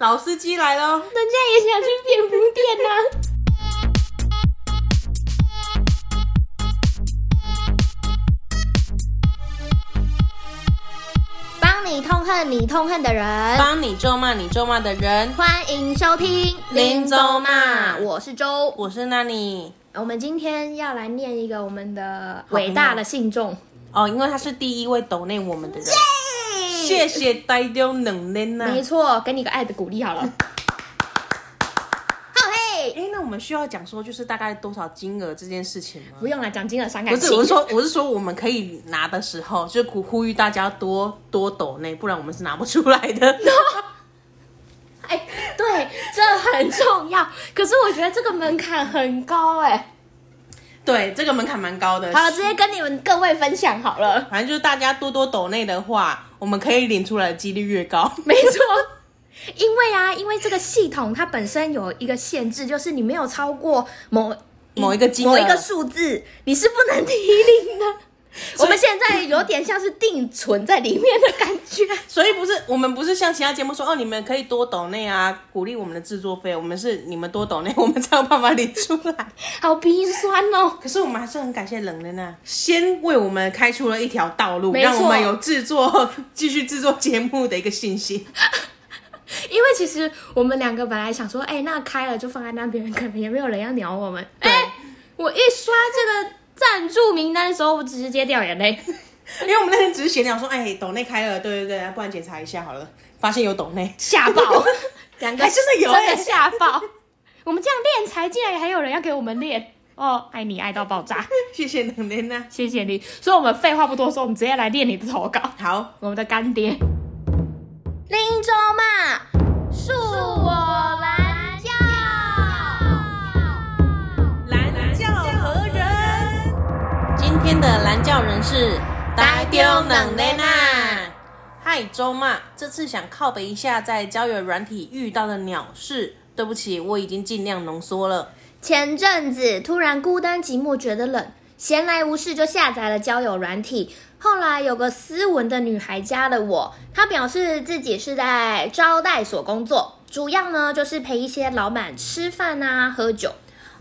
老司机来喽！人家也想去蝙蝠店呐、帮你痛恨你痛恨的人，帮你咒骂你咒骂的人，欢迎收听《林州骂我是周。我是那你我们今天要来念一个我们的好朋友伟大的信众，哦，因为他是第一位抖内我们的人，谢谢呆丢冷冷呐。没错，给你个爱的鼓励好了。好嘿，哎，那我们需要讲说就是大概多少金额这件事情吗不？用了，讲金额伤感不情。是，我是说，我是说，我们可以拿的时候，就呼呼吁大家多多抖内，不然我们是拿不出来的。 哎、对，这很重要。可是我觉得这个门槛很高哎、对，这个门槛蛮高的。好了，直接跟你们各位分享好 了。反正就是大家多多抖内的话，我们可以领出来的几率越高。没错，因为啊，因为这个系统它本身有一个限制，就是你没有超过某某一个金额某一个数字，你是不能提领的。我们现在有点像是定存在里面的感觉。所以不是我们不是像其他节目说哦，你们可以多抖内啊，鼓励我们的制作费。我们是你们多抖内，我们才有办法领出来。好鼻酸哦！ 可是我们还是很感谢冷人啊，先为我们开出了一条道路，没错让我们有制作继续制作节目的一个信 心。因为其实我们两个本来想说，哎、那开了就放在那边，可能也没有人要鸟我们。对哎、我一刷这个赞助名单的时候，我直接掉眼 泪。因为我们那天只是闲聊说，哎、抖内开了，对对对，不然检查一下好了，发现有抖内， 吓爆，两个还真的有真欸的吓爆。我们这样练才，竟然还有人要给我们练哦，爱你爱到爆炸，谢谢冷人啊。谢谢你。所以我们废话不多说，我们直接来练你的投稿，好，我们的干爹。林州嘛，恕我蓝教。蓝教何人？今天的蓝教人是呆丢冷雷娜。嗨，周妈，这次想靠北一下在交友软体遇到的鸟事。对不起，我已经尽量浓缩了。前阵子突然孤单寂寞觉得冷，闲来无事就下载了交友软体。后来有个斯文的女孩加了我，她表示自己是在招待所工作，主要呢就是陪一些老板吃饭啊、喝酒。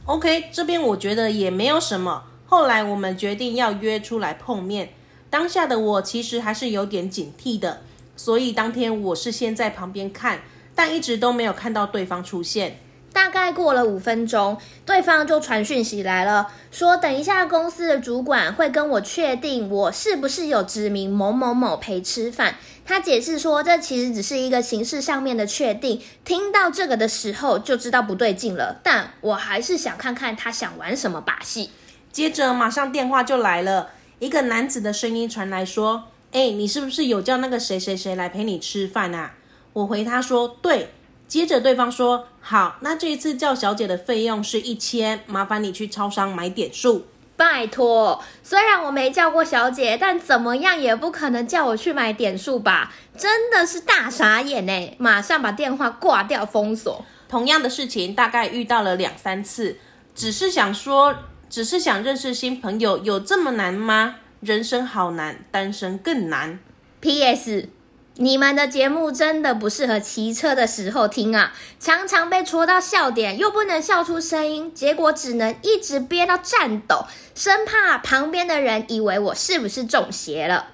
OK，这边我觉得也没有什么。后来我们决定要约出来碰面，当下的我其实还是有点警惕的，所以当天我是先在旁边看，但一直都没有看到对方出现。大概过了五分钟，对方就传讯息来了，说等一下公司的主管会跟我确定我是不是有指明某某某陪吃饭。他解释说，这其实只是一个形式上面的确定。听到这个的时候就知道不对劲了，但我还是想看看他想玩什么把戏。接着马上电话就来了，一个男子的声音传来说：“哎、你是不是有叫那个谁谁谁来陪你吃饭啊？”我回他说：“对。”接着对方说：“好，那这一次叫小姐的费用是一千，麻烦你去超商买点数。拜托，虽然我没叫过小姐，但怎么样也不可能叫我去买点数吧？真的是大傻眼呢、欸马上把电话挂掉，封锁。”同样的事情大概遇到了两三次，只是想说，只是想认识新朋友，有这么难吗？人生好难，单身更难。 P.S. 你们的节目真的不适合骑车的时候听啊，常常被戳到笑点，又不能笑出声音，结果只能一直憋到颤抖，生怕旁边的人以为我是不是中邪了。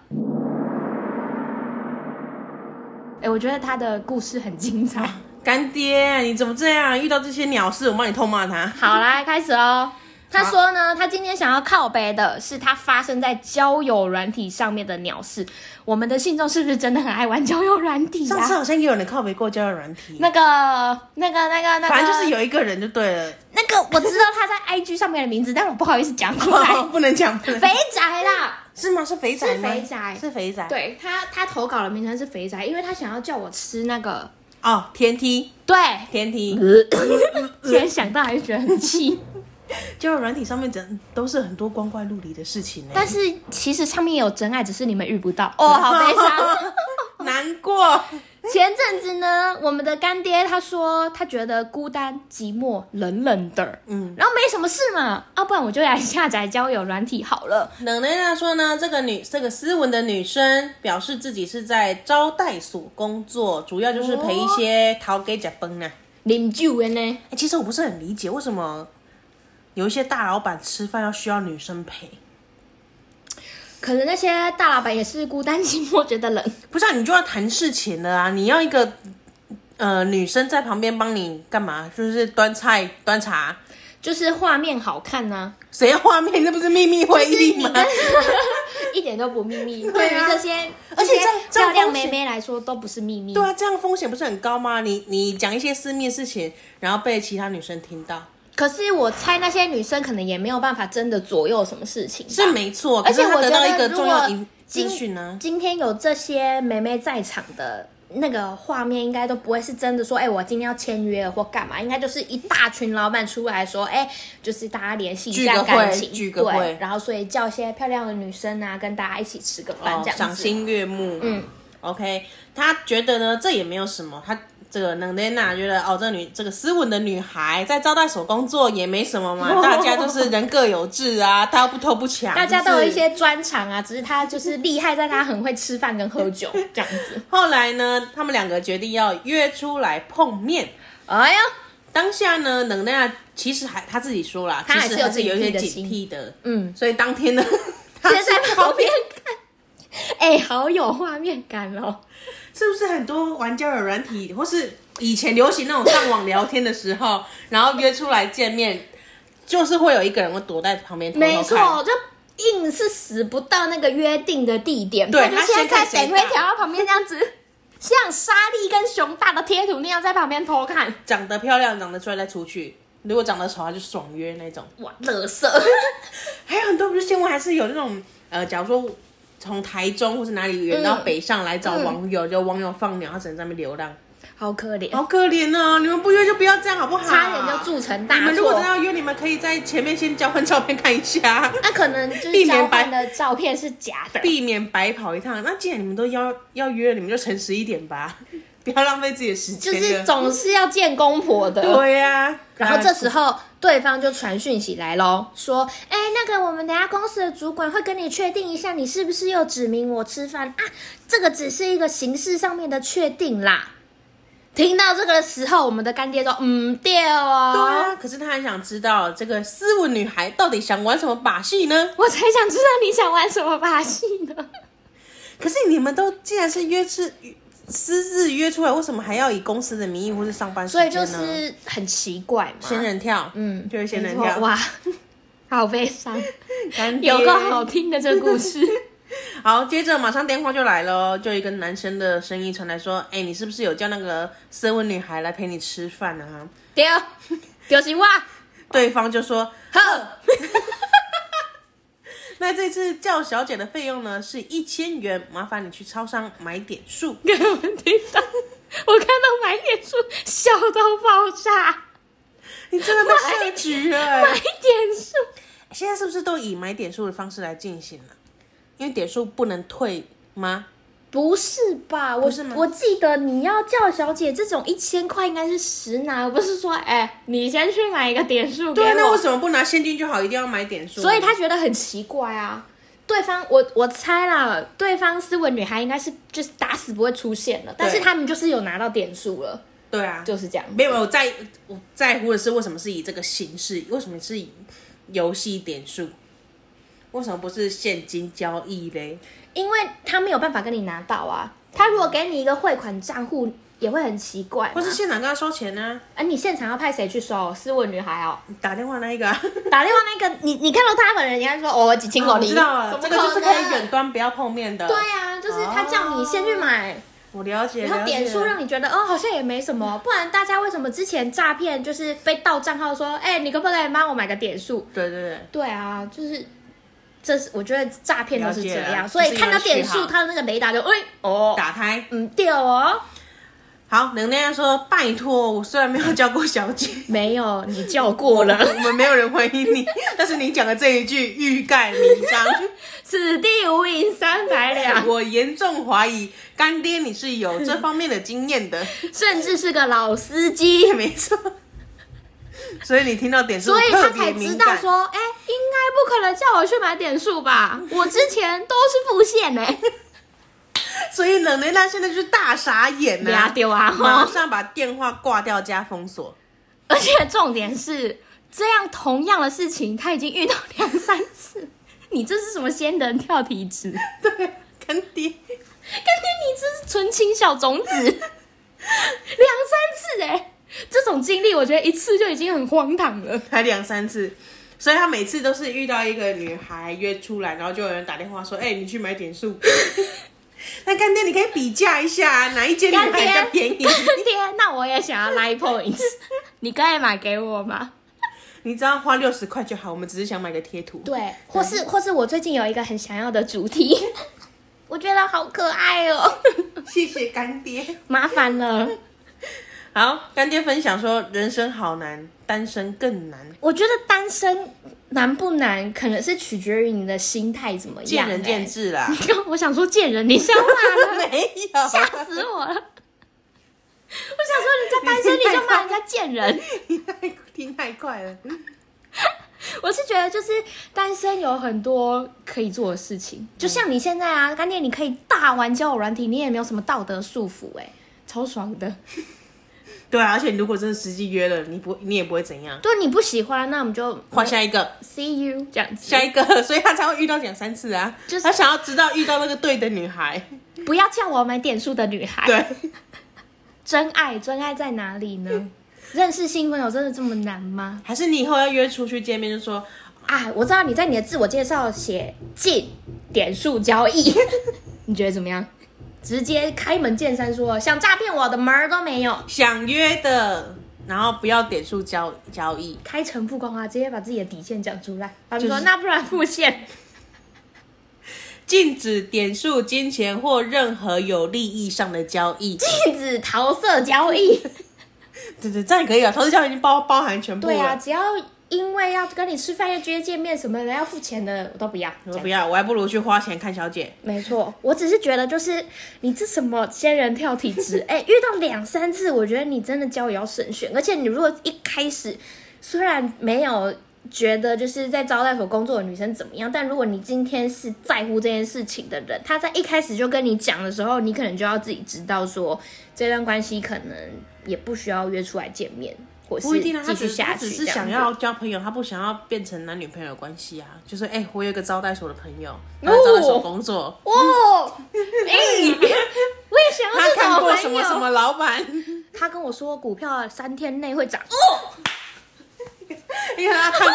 哎、我觉得他的故事很精彩。干爹，你怎么这样？遇到这些鸟事，我帮你痛骂他。 好啦，开始哦。他说呢，他今天想要靠北的是他发生在交友软体上面的鸟事。我们的信众是不是真的很爱玩交友软体、啊？上次好像也有人靠北过交友软体，那个、那个、那个、那个，反正就是有一个人就对 了，那个，我知道他在 IG 上面的名字，但我不好意思讲出来。 不能讲，不能肥宅啦，是吗？是肥仔吗？是肥仔是肥仔。 对他，他投稿的名称是肥宅，因为他想要叫我吃那个，哦，天梯， 对，天梯，现在想到还是觉得很 气。交友软体上面真都是很多光怪陆离的事情呢，但 是其实上面有真爱，只是你们遇不到。哦，好悲伤。 难过。前阵子呢，我们的干爹他说他觉得孤单、寂寞、冷冷的，嗯，然后没什么事嘛，要、啊、不然我就来下载交友软体好了。冷雷娜说呢，这个女这个斯文的女生表示自己是在招待所工作，主要就是陪一些逃给假崩呢。领酒的呢，哎、其实我不是很理解为什么有一些大老板吃饭要需要女生陪，可能那些大老板也是孤单寂寞觉得冷， 不是、啊、你就要谈事情了啊？你要一个呃女生在旁边帮你干嘛？就是端菜端茶，就是画面好看呐、谁要画面？这不是秘密会议吗？ 一点都不秘密。对对于啊这些而且这些这这漂样亮风妹险妹来说都不是秘密。对啊，这样风险不是很高吗？你你讲一些私密事情，然后被其他女生听到，可是我猜那些女生可能也没有办法真的左右什么事情吧。是没错。而且可是他我觉得到一个得，如重果要影资讯啊呢、今天有这些妹妹在场的那个画面，应该都不会是真的说，哎、我今天要签约了或干嘛，应该就是一大群老板出来说，哎、就是大家联系一聚下个会感情，聚个会对，然后所以叫一些漂亮的女生啊，跟大家一起吃个饭哦这样子。赏心悦目。嗯，OK，他觉得呢，这也没有什么，他。这个冷雷娜觉得哦，这女这个斯文的女孩在招待所工作也没什么 嘛，大家都是人各有志啊，她又不偷不抢，大家都有就是一些专长啊，只是她就是厉害在她很会吃饭跟 喝酒这样子。后来呢，他们两个决定要约出来碰面。哎呀，当下呢，冷奈娜其实还他自己说啦，她其还是实有还是有一些警惕的警心惕的，嗯，所以当天呢， 他先是在旁边看，哎、好有画面感哦。是不是很多玩交友软体，或是以前流行那种上网聊天的时候，然后约出来见面，就是会有一个人会躲在旁边偷偷看没错，就硬是死不到那个约定的地点，对不然他就先现在看谁等会大调到旁边这样子， 像沙粒跟熊大的贴图那样在旁边偷看，长得漂亮、长得帅再出去，如果长得丑，他就爽约那种。哇，乐色。还有很多不是新闻，还是有那种呃，假如说从台中或是哪里远到嗯北上来找网友，就网友放鸟，他只能在那边流浪， 好可怜，好可怜哦！你们不约就不要这样好不好？差点就铸成你大们如果真的错。要约，你们可以在前面先交换照片看一下，那可能就避免是交白换的照片是假的，避免白跑一趟。那既然你们都要要约，你们就诚实一点吧， 不要浪费自己的时就间了。是总是要见公婆 的。对呀、然后这时候候对方就传讯息来喽，说：“哎、那个我们等下公司的主管会跟你确定一下，你是不是又指明我吃饭啊？这个只是一个形式上面的确定啦。”听到这个的时候，我们的干爹说：“嗯，对哦。对啊，可是他很想知道这个斯文女孩到底想玩什么把戏呢？我才想知道你想玩什么把戏呢？可是你们都既然是约是私自约出来，为什么还要以公司的名义或是上班时所间以呢？就是很奇怪嘛。仙人跳，嗯，就是仙人没错跳，哇，好悲伤，干爹 有个好听的这故 事。好，接着马上电话就来了哦，就一个男生的声音传来说：“哎、你是不是有叫那个斯文女孩来陪你吃饭啊对，就是我，？”对方就说呵。：“那这次叫小姐的费用呢是一千元，麻烦你去超商买点数。给我们听到， 我看到买点数笑到爆 炸，” 你真的被设局了、哎买点数 现在是不是都以买点数的方式来进行了、因为点数不能退吗？不是吧？我是吗我记得你要叫小姐这种一千块应该是实拿，而不是说哎、你先去买一个点数给对啊，那我为。什么不拿现金就好，一定要买点数？所以他觉得很奇怪啊。对方，我我猜啦，对方斯文女孩应该是就是打死不会出现了，但是他们就是有拿到点数了，对啊，就是这样。没有我在我在乎的是为什么是以这个形式，为什么是以游戏点数，为什么不是现金交易嘞？因为他没有办法跟你拿到啊。他如果给你一个汇款账户，也会很奇怪嘛。或是现场跟他收钱呢、啊，你现场要派谁去收？斯文女孩哦，你打电话那一个、啊，打电话那个，你你看到他本人，人家说哦，我几千公 我里，知道了，怎这么个就是可能啊以远。端不要碰面的。对呀、就是他叫你先去买，我了解，然后了解点数让你觉得哦，好像也没什么。不然大家为什么之前诈骗就是被盗账号说，哎、你可不可以帮我买个点数？对对对，对啊，就是这是我觉得诈骗都是这了解样，了所以看到点就是有数，人取他的那个雷达就哎、哦，打开。嗯掉哦，好，能量说：“拜托，我虽然没有叫过小姐， 没有你哦叫过了， 我们没有人回应你，但是你讲的这一句欲盖弥彰，此地无银三百 两，我严重怀疑干爹你是有这方面的经验 的，甚至是个老司机，没错。所以你听到点数，所以特他别才知敏道感。说，哎、应该不可能叫我去买点数 吧？我之前都是付现 呢、所以冷雷娜现在就是大傻眼不要呐、丢啊！马吼！上把电话挂掉加封锁。 而且重点是，这样同样的事情他已经遇到两三次， 你这是什么仙人跳体 质？对，干爹，感觉你这是纯情小种子，两 三次哎、这种经历我觉得一次就已经很荒唐 了。才两三次，所以他每次都是遇到一个女孩约出来，然后就有人打电话说：“哎、你去买点数。” 那干爹，你可以比价一下啊，哪一间女孩干比爹，较干便宜？爹，那我也想要 line points，你 可以买给我吗？你只要花六十块就好，我们只是想买个贴图。对，或是或是我最近有一个很想要的主题， 我觉得好可爱哦，谢谢干爹。 麻烦了。好，干爹分享说，人生好难，单身更难，我觉得单身难不难，可能是取决于你的心态怎么样、见仁见智。智啦。 我想说见人，你笑话了。 没 吓有，啊死我了！我想说，人家单身你就骂人家贱 人， 你太听太快了。我是觉得就是单身有很多可以做的事情，就像你现在啊，干爹你可以大玩交友软体，你也没有什么道德束缚、哎，超爽的。对啊，而且如果真的实际约了，你不你也不会怎样。对，你不喜欢，那我们就换下一个， see you 这样子下，一个， 所以他才会遇到两三次啊。就是他想要知道遇到那个对的女孩，不要叫我买点数的女孩。对，真爱，真爱在哪里呢？认识新朋友真的这么难吗？还是你以后要约出去见面，就说啊，我知道你在你的自我介绍写进点数交易，你觉得怎么样？直接开门见山说想诈骗我的门儿都没有，想约的，然后不要点数交交易，开诚布公啊，直接把自己的底线讲出来。他们就是说、那不然付现，禁止点数、金钱或任何有利益上的交易。禁止桃色交易。对对，这样也可以啊，投资交易已经包包含全部了。对啊，只要因为要跟你吃饭、要约见面什么的要付钱的，我都不要。我不要，我还不如去花钱看小姐。没错，我只是觉得就是你这什么仙人跳 体质，哎、遇到两三次，我觉得你真的交友要慎选。而且你如果一开始虽然没有觉得就是在招待所工作的女生怎么样，但如果你今天是在乎这件事情的人，他在一开始就跟你讲的时候，你可能就要自己知道说这段关系可能也不需要约出来见面，或是不一定啊，他继续只下他去只是这样想子要交朋友，他不想要变成男女朋友的关系啊。就是哎、我有一个招待所的朋友，他在招待所工作，哦， 哎、我也想嗯要他这种看过什朋么友什么老板，他跟我说股票三天内会涨，哦， 因为他看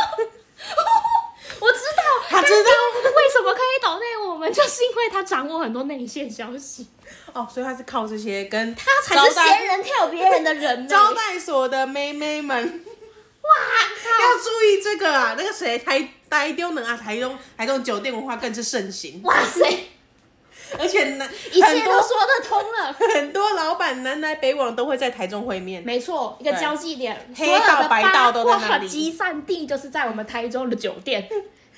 我知道，他知道但是为什么可以懂内我们，就是因为他掌握很多内线消息，哦，所以他是靠这些跟他他才是仙人跳别人的 人呢。招待所的妹妹们。 哇要注意这个啊！那个谁，台台东人啊，台东台东酒店文化更是盛行， 靠，哇塞，一而且呢，很切都多说得通了。很多 老板南来北往都会在台中会面。 没错，一个对交际点，黑所有的道白道都在那里八卦集散地就是在我们台中的酒店，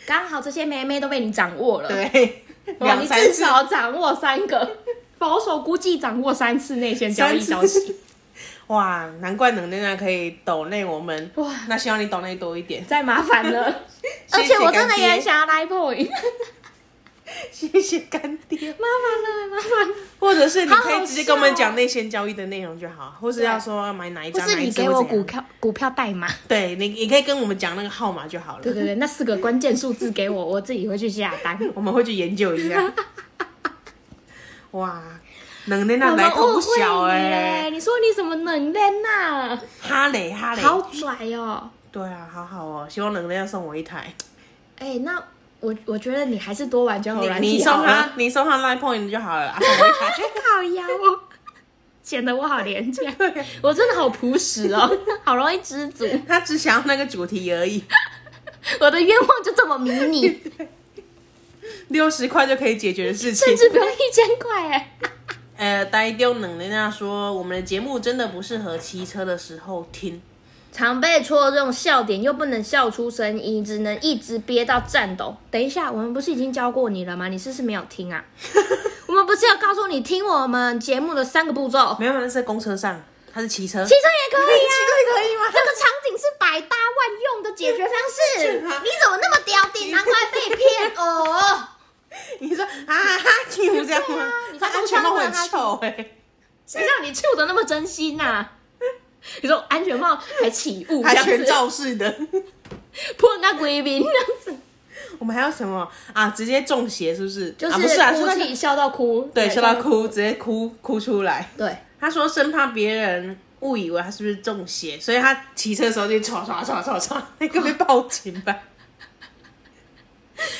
刚好这些妹妹都被你掌握了。对，哇，两你三至次少掌握三个，保守估计掌握三次内线交易消三息。 哇，难怪能量量可以抖内我们哇那希望你抖内多一点， 再麻烦了。谢而谢且我真的也干爹很想要 line point，谢谢干爹。麻烦了，麻烦了。或者是你好好可以直接跟我们笑哦讲内线交易的内容就好，或是要说要买哪一不张，是哪一你只给我会怎股样，票股票代码，对你你可以跟我们讲那个号码就好了对，对对，那四个关键数字给我， 我自己会去下单。我们会去研究一 下。哇，能量量我们来头误不会小你哎、嘞，你啊说你什么冷人呐？哈雷哈雷，好拽哦！对啊，好好哦，希望能量送我一台。哎，那我我觉得你还是多玩交友软你体你好送了他，，你送他 Line Point 就好了，啊、送我一台。 靠腰哦，显得我好 廉价，我真的好朴实哦， 好容易知足，他只想要那个主题而已，我的愿望就这么 迷你，六十块就可以解决的事情甚。至不用一千块哎。 呃，呆丢能量说，我们的节目真的不适合骑车的时候听，常被戳中笑点，又不能笑出声音，只能一直憋到颤抖。等一下，我们不是已经教过你了吗？你是不是没有听啊？我们不是要告诉你听我们节目的三个步骤？没有，那是在公车上，他是骑车。骑车也可骑以啊，车也可以吗这个场景是百搭万用的解决方式。是吗你怎么那么屌顶？难怪被骗哦！你说啊哈哈，就这样吗？你他看安全帽会他很穿臭哎、谁让你处的那么真心呐、啊你说安全帽还起雾，还这样全子罩式的。破那鬼名这样子，我们还有什么啊？直接中邪是不是？就啊、不是啊，是哭那个泣笑到哭，对，笑到，哭，直接哭哭出来。对。他说生怕别人误以为他是不是中邪，所以他骑车的时候就唰唰唰唰唰，那个被报警吧。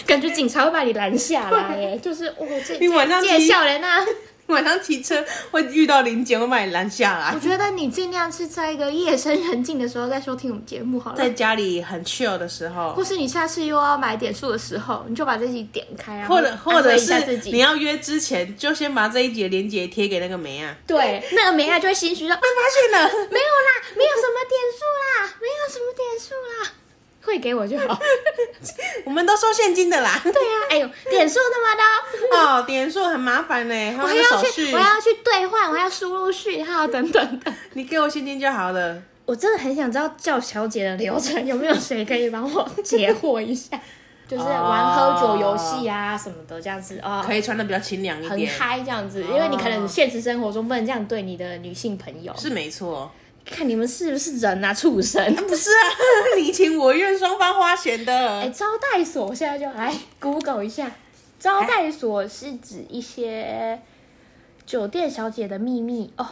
感觉警察会把你拦下来， 哎，就是哦，这你晚上这骑笑人 啊！晚上骑车会遇到林检，会把你拦下来我。觉得你尽量是在一个夜深人静的时候再收听我们节目好了，在家里很 chill 的时候或，是你下次又要买点数的时候，你就把这集点开，然后或者或安慰者一下自是己你要约之前，就先把这一节连接贴给那个梅啊。对那个梅亚就会心虚说、啊、发现了，没有啦，没有什么点数啦，没有什么点数啦，会给我就 好。我们都收现金的啦。对啊，哎呦，点数那么高， 哦，点数很麻烦呢，还有我那还个要手去，续我，要去兑换，我还要输入序号等等的。你给我现金就好了。我真的很想知道叫小姐的流程，有没有谁可以帮我解惑一 下？就是玩喝酒游戏啊什么的，这样子啊，哦可以穿的比较清凉一很点，哦嗨这样子，因为你可能现实生活中不能这样对你的女性朋友。是没错。看你们是不是人啊，畜生！不是啊，你情我愿，双方花钱的。哎、招待所我现在就来 Google 一下，招待所是指一些酒店小姐的秘密哦，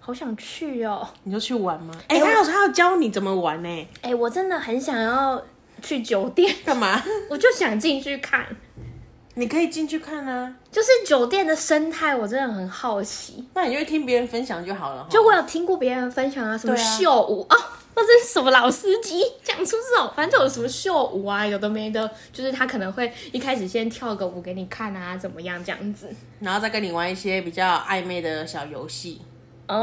好想去哦！你就去玩吗？哎、哎他有他要教你怎么玩呢、哎、我真的很想要去酒店，干嘛？我就想进去看，你可以进去看啊，就是酒店的生态，我真的很好奇。那你就听别人分享就好了。就我有听过别人分享啊，什么哦对啊秀舞哦，或者是什么老司机讲出这种，反正就有什么秀舞啊，有的没的，就是他可能会一开始先跳个舞给你看啊，怎么样这样子。然后再跟你玩一些比较暧昧的小游戏，哦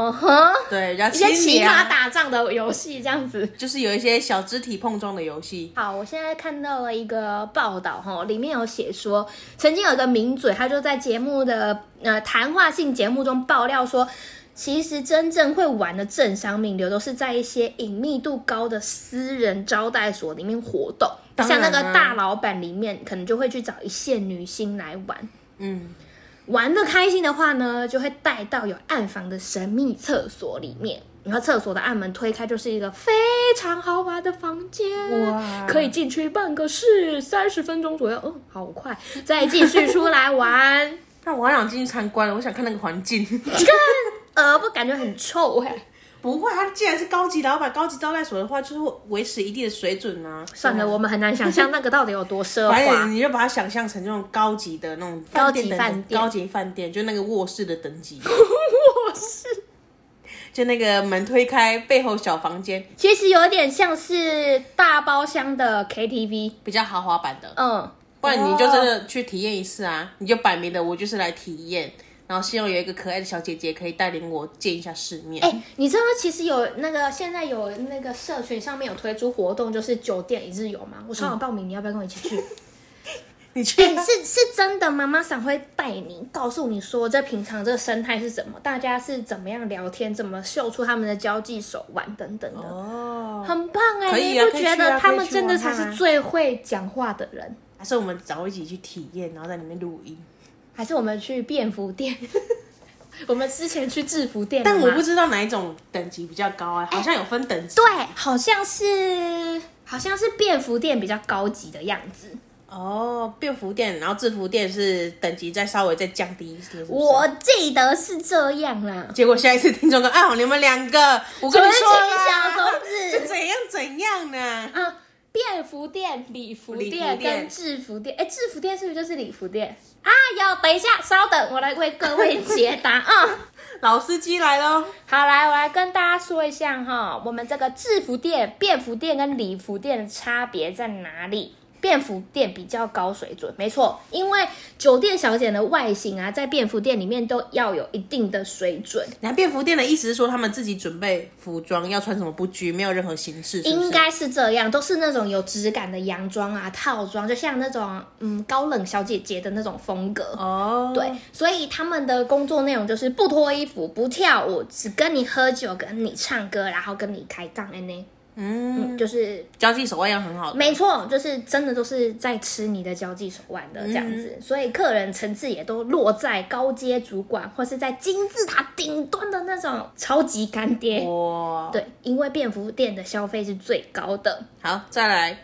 嗯哼，对，比较一些亲奇密葩啊，打仗的游戏这样子。就是有一些小肢体碰撞的游戏。好，我现在看到了一个报道哈，里面有写说，曾经有一个名嘴，他就在节目的呃谈话性节目中爆料说，其实真正会玩的政商名流都是在一些隐密度高的私人招待所里面活动，当然像啊那个大老板里面，可能就会去找一线女星来玩。嗯，玩的开心的话呢，就会带到有暗房的神秘厕所里面，然后厕所的暗门推开就是一个非常豪华的房间，哇可以进去办个事，三十分钟左右，嗯，好快，再继续出来玩，但我好想进去参观了，我想看那个环境。呃，不感觉很臭哎、不会，他既然是高级老板、高级招待所的话，就是会维持一定的水准啊。算 了，我们很难想象那个到底有多奢反华 正。你就把它想象成那种高级的那种高饭级店等饭店高级饭店，就那个卧室的等 级， 卧室就那个门推开背后小房间，其实有点像是大包厢的 KTV，比较豪华版的。嗯，不然你就真的去体验一次啊！你就摆明的，我就是来体验，然后希望有一个可爱的小姐姐可以带领我见一下世面。哎、你知道其实有那个现在有那个社群上面有推出活动，就是酒店一日游嘛。我上网报名，你要不要跟我一起去？嗯 你去哎、是是真的，妈妈想会带你，告诉你说这平常这个生态是什么，大家是怎么样聊天，怎么秀出他们的交际手腕等等的，哦，很棒哎、可以你啊不可以去觉啊得可以他们去真的玩才看啊是最会讲话的人？还是我们找一起去体验，然后在里面录音。还是我们去便服店？ 我们之前去制服店了但吗，哎我不知道哪一种等级比较高啊，好像有分等级。对，好像是好像是便服店比较高级的样子。哦，便服店，然后制服店是等级再稍微再降低一些。是不是我记得是这样啦。结果下一次听众说啊，你们两个，我跟你说啦准是小就 种子怎样怎样呢？啊，便服店、礼服礼店服店跟制服店，哎、制服店是不是就是礼服店啊？有，等一下，稍等，我来为各位解答啊。嗯老司机来喽！好，来，我来跟大家说一下哈，我们这个制服店、便服店跟礼服店的差别在哪里？便服店比较高水准，没错，因为酒店小姐的外形啊，在便服店里面都要有一定的水准，那便服店的意思是说，他们自己准备服装要穿什么不拘，没有任何形式，是不是应该是这样，都是那种有质感的洋装啊、套装，就像那种嗯高冷小姐姐的那种风格。哦，对，，所以他们的工作内容就是不脱衣服、不跳舞，只跟你喝酒、跟你唱歌，然后跟你开杠的呢。嗯，嗯，就是交际手腕要很好的，没错，就是真的都是在吃你的交际手腕的这样子，所以客人层次也都落在高阶主管或是在金字塔顶端的那种超级干爹。哦哇，对，因为便服店的消费是最高的，好，再来，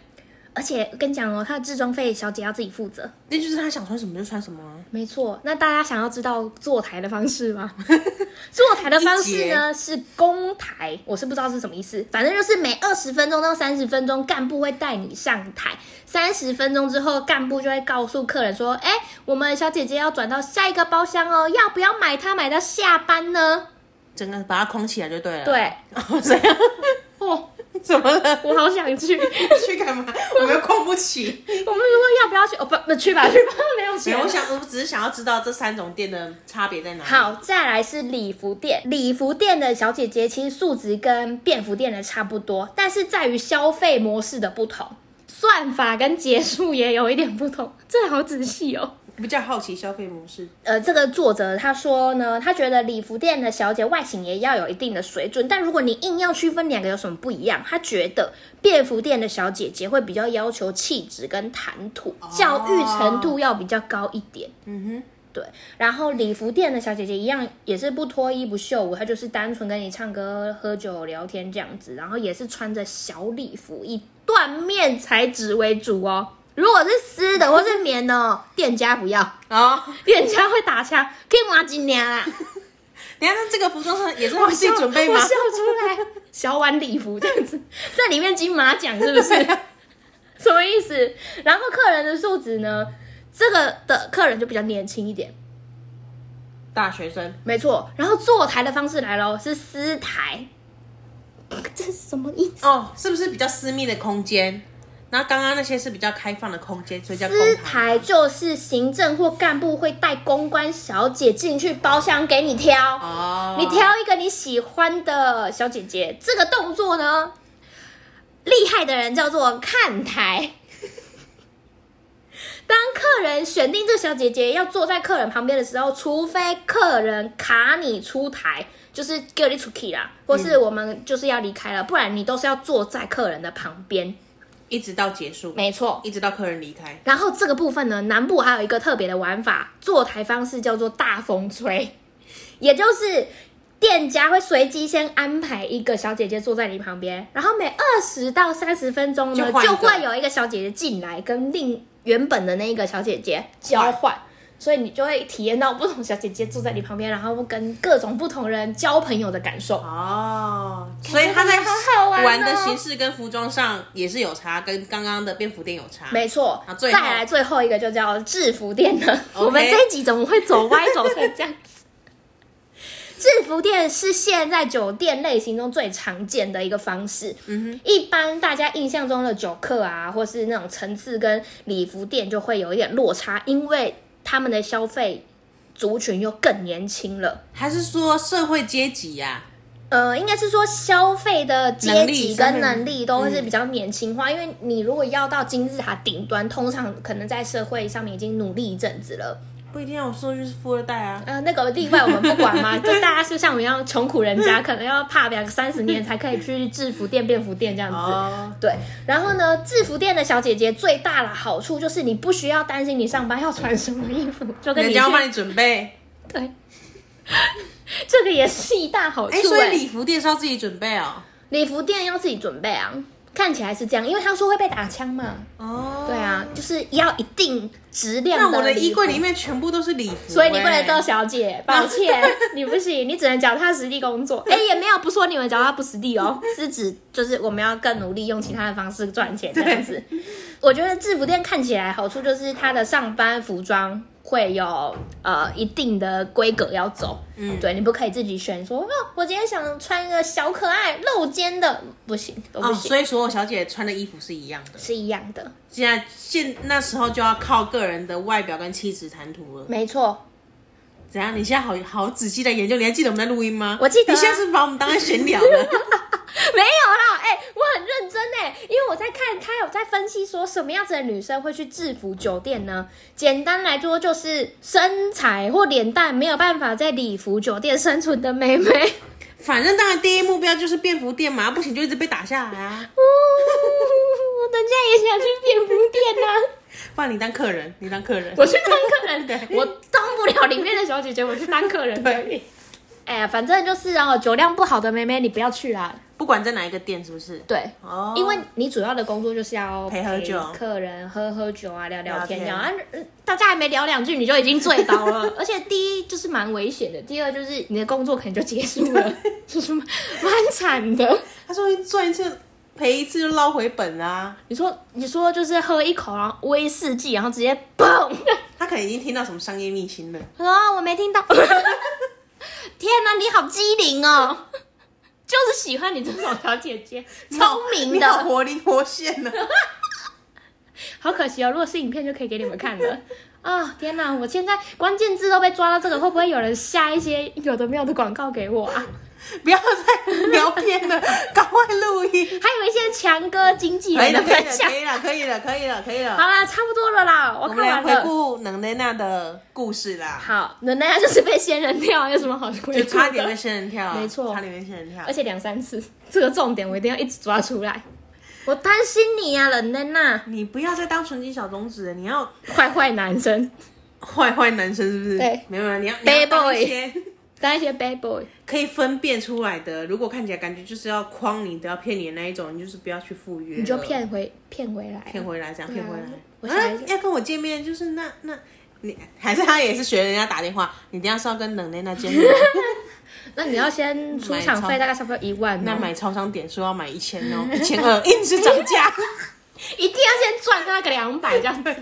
而且跟你讲哦，他的置装费小姐要自己负责。那就是他想穿什么就穿什么啊，没错，那大家想要知道坐台的方式 吗？坐台的方式呢是公台，我是不知道是什么意思，反正就是每二十分钟到三十分钟，干部会带你上台，三十分钟之后，干部就会告诉客人说：“哎、我们小姐姐要转到下一个包厢哦，要不要买它买到下班呢整个把它框起来就对？”了。，对， 哦，这样，哦，怎么了？我好想去， 去干嘛？我们框不起。我们说要不要去？哦，不，不去吧，去吧，没 有没钱有，我。想，我只是想要知道这三种店的差别在哪里。，好，再来是礼服店。礼服店的小姐姐其实素质跟便服店的差不多，但是在于消费模式的不同，算法跟结束也有一点不同。这好仔细哦。比较好奇消费模式。呃，这个作者他说呢，他觉得礼服店的小姐外形也要有一定的水准，但如果你硬要区分两个有什么不一样，他觉得便服店的小姐姐会比较要求气质跟谈吐，教育程度要比较高一点。嗯对，然后礼服店的小姐姐一样，也是不脱衣不秀舞，她就是单纯跟你唱歌、喝酒、聊天这样子，然后也是穿着小礼服，以缎面材质为主哦。如果是丝的或是棉的哦，店家不要，哼，哦，店家会打枪，可以挖几 年啦。等一下，那这个服装是也是他们自己准备啊我吗笑？出来，小碗礼服这样子，在里面金马奖是不 是？什么意思？然后客人的素质呢？这个的客人就比较年轻一点，大学生，没错，然后坐台的方式来喽，是私台，这是什么意思？哦，是不是比较私密的空间？然后刚刚那些是比较开放的空间，所以叫公私台。台就是行政或干部会带公关小姐进去包厢给你挑，哦，你挑一个你喜欢的小姐姐。这个动作呢，厉害的人叫做看台。 当客人选定这小姐姐要坐在客人旁边的时候，除非客人卡你出台，就是给你出去啦，或是我们就是要离开了，不然你都是要坐在客人的旁边。一直到结束，没错。一直到客人离开。然后这个部分呢，南部还有一个特别的玩法，坐台方式叫做大风吹，也就是店家会随机先安排一个小姐姐坐在你旁边，然后每二十到三十分钟呢就，换一就个会有一个小姐姐进来跟另原本的那一个小姐姐交换。所以你就会体验到不同小姐姐坐在你旁边，然后跟各种不同人交朋友的感受。哦，所以他在好好玩哦玩的形式跟服装上也是有差，跟刚刚的便服店有差。没错，啊再最后来最后一个就叫制服店的。 OK 我们这一集怎么会走歪走成这样子？ 制服店是现在酒店类型中最常见的一个方式。嗯一般大家印象中的酒客啊，或是那种层次跟礼服店就会有一点落差，因为他们的消费族群又更年轻了。还是说社会阶级啊呀、呃，应该是说消费的阶能力级消跟费能力都会是比较年轻化，因为你如果要到金字塔顶端，通常可能在社会上面已经努力一阵子了。不一定要我说就是富二代啊。呃，那个例外我们不管 嘛，就大家是像我们一样穷苦人家，可能要怕两三十年才可以去制服店、便服店这样子。哦，对，然后呢，制服店的小姐姐最大的好处就是你不需要担心你上班要穿什么衣服，就跟人你家要去帮你准备。对， 这个也是一大好处、哎、欸。所以礼服店是要自己准备哦。礼服店要自己准备啊，看起来是这样，因为他说会被打枪嘛。哦，对啊，就是要一定质那量的。我的衣柜里，面全部都是礼服、所以你不能哎做小姐，抱歉， 你不行，你只能脚踏实地工作。哎、也没有不说你们脚踏不实地哦， 是指就是我们要更努力，用其他的方式赚钱这样子。我觉得制服店看起来好处就是它的上班服装。会有呃一定的规格要走，嗯，对你不可以自己选说，哦，我今天想穿一个小可爱露肩的，不行，都不哦，行，所以所有小姐穿的衣服是一样的。是一样的，现在现那时候就要靠个人的外表跟气质谈吐了。没错，怎样？你现在好好仔细的研究，你还记得我们在录音吗？我记得啊你现在是把我们当成闲聊了。 没有啦，哎、我很认真哎，因为我在看他有在分析说什么样子的女生会去制服酒店呢？简单来说就是身材或脸蛋没有办法在礼服酒店生存的妹 哦妹。反正当然第一目标就是便服店嘛，不行就一直被打下来啊。哦，我等一下也想去蝙蝠店呐、不然你当客人，你当客人。 我去当客人的，对 我当不了里面的小姐姐，我去当客人 的。对，哎呀，反正就是哦，酒量不好的妹妹你不要去啦。不管在哪一个店，是不是？对，哦因为你主要的工作就是要陪喝酒客人喝喝酒啊，聊聊天聊天啊。呃大家还没聊两句，你就已经醉倒了。 而且第一就是蛮危险的，第二就是你的工作可能就结束了， 就是蛮蛮惨的。他说赚一次赔一次就捞回本啊。你说，你说就是喝一口然后威士忌，然后直接嘣。他可能已经听到什么商业秘辛了。他说啊我没听到。 天哪、你好机灵哦！ 就是喜欢你这种小姐姐，聪明你好的。活灵活现呢、啊。好可惜哦，如果是影片就可以给你们看 了。啊、天哪！我现在关键字都被抓到这个，会不会有人下一些有的没有的广告给我啊？ 不要再聊天了， 赶快录 音。还有一些强哥经纪可以人了，的可以分了，享可。以了，可以了，可以了，可以好了。啦，差不多了啦，我我看们来完回了。顾能雷娜的故事啦，好，那那就是被仙人跳，有什么好回就顾差点被的？仙人跳，没错差点被仙人跳而。且两三次，这个重点我一定要一直抓出来。我担心你呀、啊，冷娜娜。你不要再当纯情小种子了，你要坏坏男生，坏坏男生是不是？对没有啊，你要 Bad 你要当 boy 一些当一些 bad boy。可以分辨出来的。如果看起来感觉就是要诓你的、要骗你的那一种，你就是不要去赴约了，你就骗回骗回来，骗回来，这样对啊骗回来。我想一啊下，要跟我见面，就是那那，你还是他也是学人家打电话，你等一下是要跟冷内那见面， 那你要先出场费大概差不多一万、哦，那买超商点数要买一千哦，一千二， 一直涨价。一定要先赚那个两百这样子。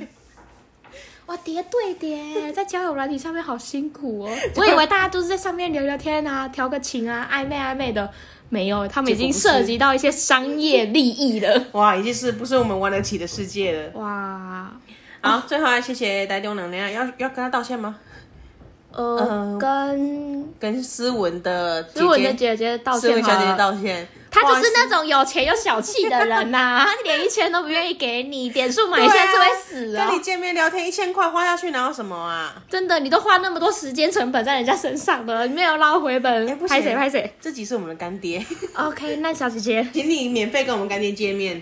哇，叠对叠，在交友软体上面好辛苦 哦。我以为大家都是在上面聊聊天啊，调个情啊，暧昧暧昧的，没有，他们已经结果不是涉及到一些商业利益了。哇，已经是不是我们玩得起的世界了？哇，好，最后来啊谢谢呆丢冷内娜，啊要要跟他道歉吗？呃，呃跟跟思文的姐思文的姐，姐姐道思歉文小姐姐好了道歉。他不就好意思是那种有钱又小气的人 呐、他连一千都不愿意给你，点数买一对下啊是会死哦。跟你见面聊天一千块花下去，哪有什么啊？真的，你都花那么多时间成本在人家身上了，你没有捞回哎本，不行拍谁拍谁。这集是我们的干爹， OK，那小姐姐，请你免费跟我们干爹见面。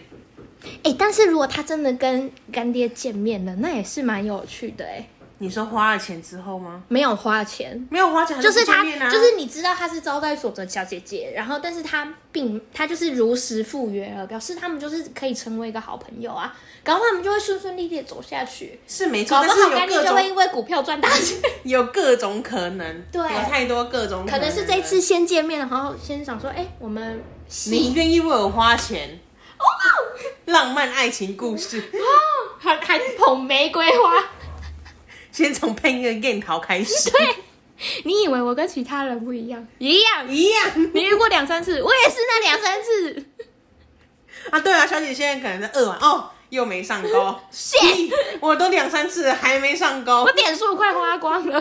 哎、但是如果他真的跟干爹见面了，那也是蛮有趣的哎、你说花了钱之后吗？没有花钱。没有花钱还就是不见他，面啊，就是你知道他是招待所的小姐姐，然后但是他并他就是如实赴约了，表示他们就是可以成为一个好朋友啊，然后他们就会顺顺利利的走下去。是没错，搞不但好是有干爹各就会种因为股票赚大 钱。有各种可能，对有太多各种可能是这次先见面，然后先想说，哎、我们 你愿意为我花钱，浪漫爱情故事，还还捧玫瑰花。先从配乐研讨开始，你以为我跟其他人不一样？一样。一样你遇过两三次，我也是那两三次。啊，对啊，小姐现在可能在二完哦，又没上钩， shit 我都两三次了还没上钩我，点数快花光了。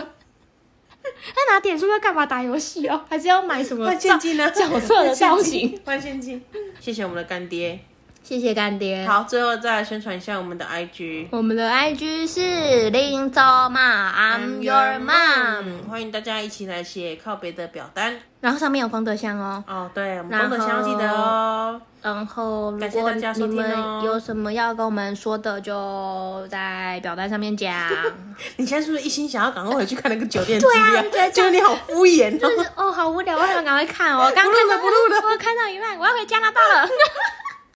他拿点数要干嘛？打游戏哦，还是要买什么换现金呢？角色的造型？换现金，谢谢我们的干爹。谢谢干爹。好，最后再来宣传一下我们的 IG。我们的 IG 是林州嘛 I'm ，I'm your mom，欢迎大家一起来写靠北的表单然后上面有光德箱哦。哦。对，我们功然后德箱要记得哦。然后，如感谢果大家收你听哦们有什么要跟我们说的，就在表单上面讲。你现在是不是一心想要赶快回去看那个酒店资对啊料？你觉得这样觉得你好敷衍 就哦。是哦，好无聊，我想赶快看哦。我刚不录看了到不录了我看到一半，我要回加拿大了。